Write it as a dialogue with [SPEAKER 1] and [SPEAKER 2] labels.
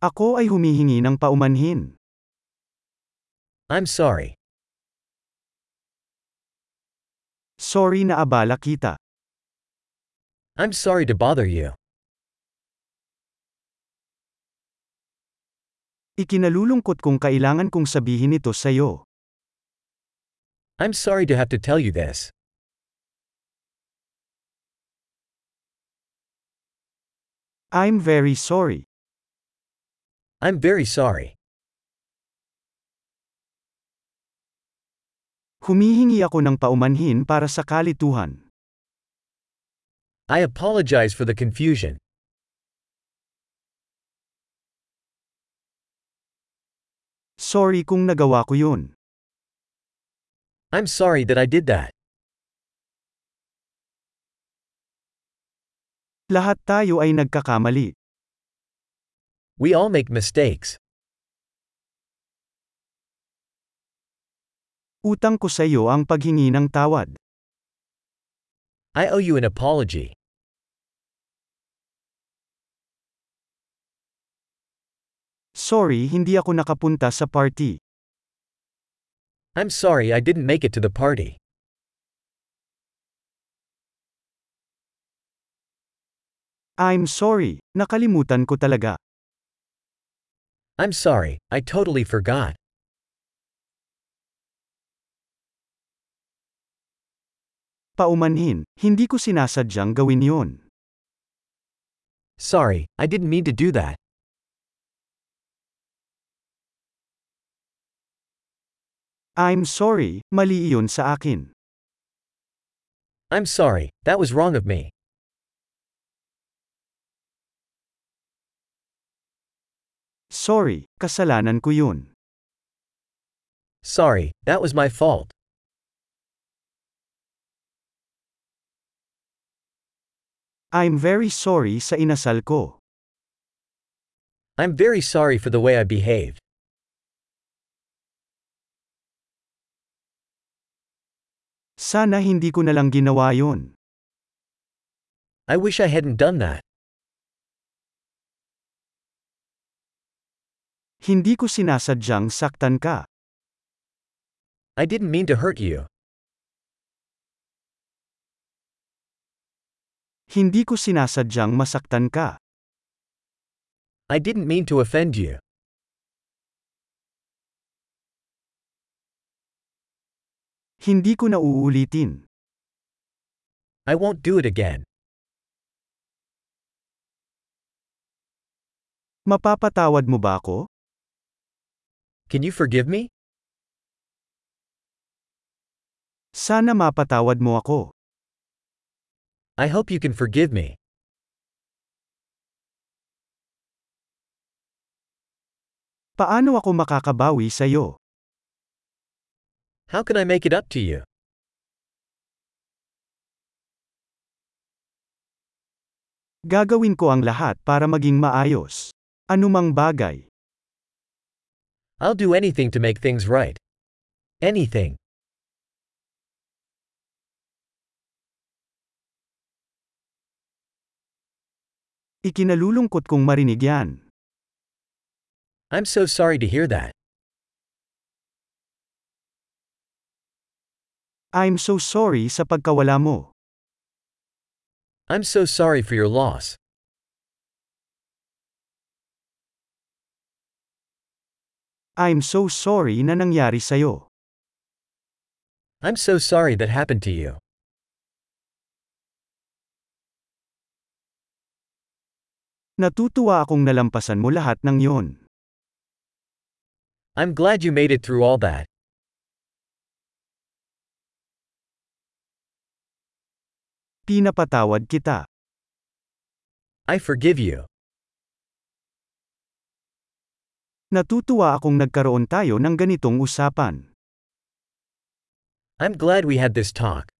[SPEAKER 1] Ako ay humihingi ng paumanhin.
[SPEAKER 2] I'm sorry.
[SPEAKER 1] Sorry na abala kita.
[SPEAKER 2] I'm sorry to bother you.
[SPEAKER 1] Ikinalulungkot kung kailangan kong sabihin ito sa'yo.
[SPEAKER 2] I'm sorry to have to tell you this.
[SPEAKER 1] I'm very sorry.
[SPEAKER 2] I'm very sorry.
[SPEAKER 1] Humihingi ako ng paumanhin para sa kalituhan.
[SPEAKER 2] I apologize for the confusion.
[SPEAKER 1] Sorry kung nagawa ko yun.
[SPEAKER 2] I'm sorry that I did that.
[SPEAKER 1] Lahat tayo ay nagkakamali.
[SPEAKER 2] We all make mistakes.
[SPEAKER 1] Utang ko sa iyo ang paghingi ng tawad.
[SPEAKER 2] I owe you an apology.
[SPEAKER 1] Sorry hindi ako nakapunta sa party.
[SPEAKER 2] I'm sorry I didn't make it to the party.
[SPEAKER 1] I'm sorry, nakalimutan ko talaga.
[SPEAKER 2] I'm sorry, I totally forgot.
[SPEAKER 1] Paumanhin, hindi ko sinasadyang gawin yon.
[SPEAKER 2] Sorry, I didn't mean to do that.
[SPEAKER 1] I'm sorry, mali iyon sa akin.
[SPEAKER 2] I'm sorry, that was wrong of me.
[SPEAKER 1] Sorry, kasalanan ko yun.
[SPEAKER 2] Sorry, that was my fault.
[SPEAKER 1] I'm very sorry sa inasal ko.
[SPEAKER 2] I'm very sorry for the way I behaved.
[SPEAKER 1] Sana hindi ko na lang ginawa yon.
[SPEAKER 2] I wish I hadn't done that.
[SPEAKER 1] Hindi ko sinasadyang saktan ka.
[SPEAKER 2] I didn't mean to hurt you.
[SPEAKER 1] Hindi ko sinasadyang masaktan ka.
[SPEAKER 2] I didn't mean to offend you.
[SPEAKER 1] Hindi ko na uulitin.
[SPEAKER 2] I won't do it again.
[SPEAKER 1] Mapapatawad mo ba ako?
[SPEAKER 2] Can you forgive me?
[SPEAKER 1] Sana mapatawad mo ako.
[SPEAKER 2] I hope you can forgive me.
[SPEAKER 1] Paano ako makakabawi sa iyo?
[SPEAKER 2] How can I make it up to you?
[SPEAKER 1] Gagawin ko ang lahat para maging maayos. Anumang bagay.
[SPEAKER 2] I'll do anything to make things right. Anything.
[SPEAKER 1] Ikinalulungkot kong marinig yan.
[SPEAKER 2] I'm so sorry to hear that.
[SPEAKER 1] I'm so sorry sa pagkawala mo.
[SPEAKER 2] I'm so sorry for your loss.
[SPEAKER 1] I'm so sorry na nangyari sa'yo.
[SPEAKER 2] I'm so sorry that happened to you.
[SPEAKER 1] Natutuwa akong nalampasan mo lahat ng yon.
[SPEAKER 2] I'm glad you made it through all that.
[SPEAKER 1] Pinapatawad kita.
[SPEAKER 2] I forgive you.
[SPEAKER 1] Natutuwa akong nagkaroon tayo ng ganitong usapan.
[SPEAKER 2] I'm glad we had this talk.